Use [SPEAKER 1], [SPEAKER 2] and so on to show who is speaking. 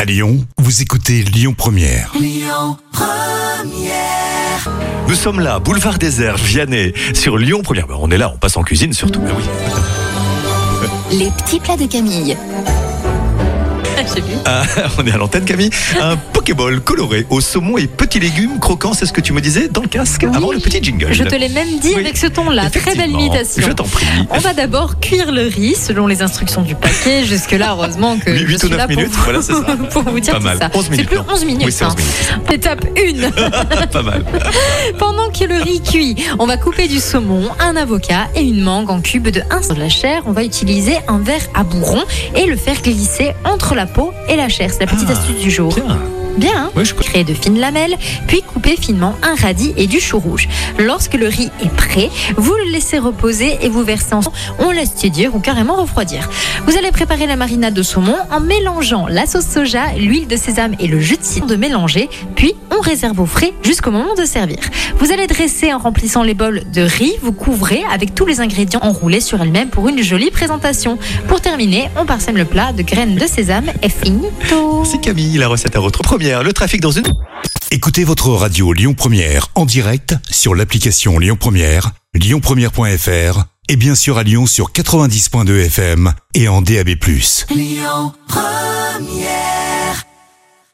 [SPEAKER 1] À Lyon, vous écoutez Lyon Première.
[SPEAKER 2] Nous sommes là, boulevard désert, Vianney, sur Lyon Première. Ben, on est là, on passe en cuisine surtout.
[SPEAKER 3] Bah
[SPEAKER 2] Ben oui.
[SPEAKER 4] Les petits plats de Camille.
[SPEAKER 2] Ah, on est à l'antenne, Camille. Un Pokéball coloré au saumon et petits légumes croquants, c'est ce que tu me disais dans le casque
[SPEAKER 3] Oui.
[SPEAKER 2] avant le petit jingle.
[SPEAKER 3] Je te l'ai même dit
[SPEAKER 2] Oui.
[SPEAKER 3] avec ce ton-là. Très belle
[SPEAKER 2] Effectivement.
[SPEAKER 3] imitation.
[SPEAKER 2] Je t'en prie.
[SPEAKER 3] On va d'abord cuire le riz selon les instructions du paquet. Jusque-là, heureusement que
[SPEAKER 2] Oui, huit
[SPEAKER 3] je
[SPEAKER 2] ou
[SPEAKER 3] suis
[SPEAKER 2] neuf
[SPEAKER 3] là pour,
[SPEAKER 2] minutes,
[SPEAKER 3] vous,
[SPEAKER 2] voilà, c'est ça.
[SPEAKER 3] pour vous dire
[SPEAKER 2] Pas
[SPEAKER 3] tout
[SPEAKER 2] mal.
[SPEAKER 3] ça.
[SPEAKER 2] 11 minutes,
[SPEAKER 3] C'est plus
[SPEAKER 2] non.
[SPEAKER 3] 11 minutes.
[SPEAKER 2] Oui, c'est 11
[SPEAKER 3] hein. Étape 1.
[SPEAKER 2] Pas mal.
[SPEAKER 3] Pendant que le riz cuit, on va couper du saumon, un avocat et une mangue en cubes de 1 sur de la chair. On va utiliser un verre à bourron et le faire glisser entre la peau et la chair. C'est la petite
[SPEAKER 2] Ah,
[SPEAKER 3] astuce du jour.
[SPEAKER 2] Tiens,
[SPEAKER 3] Bien, hein
[SPEAKER 2] ouais, je connais.
[SPEAKER 3] Créer de fines lamelles, puis couper finement un radis et du chou rouge. Lorsque le riz est prêt, vous le laissez reposer et vous versez en on laisse tiédir ou carrément refroidir. Vous allez préparer la marinade de saumon en mélangeant la sauce soja, l'huile de sésame et le jus de citron de mélanger, puis on réserve au frais jusqu'au moment de servir. Vous allez dresser en remplissant les bols de riz, vous couvrez avec tous les ingrédients enroulés sur elle-même pour une jolie présentation. Pour terminer, on parsème le plat de graines de sésame et finito.
[SPEAKER 2] Merci Camille, la recette à retrouver. Première, le trafic dans une.
[SPEAKER 1] Écoutez votre radio Lyon Première en direct sur l'application Lyon Première, lyonpremière.fr et bien sûr à Lyon sur 90.2 FM et en DAB+.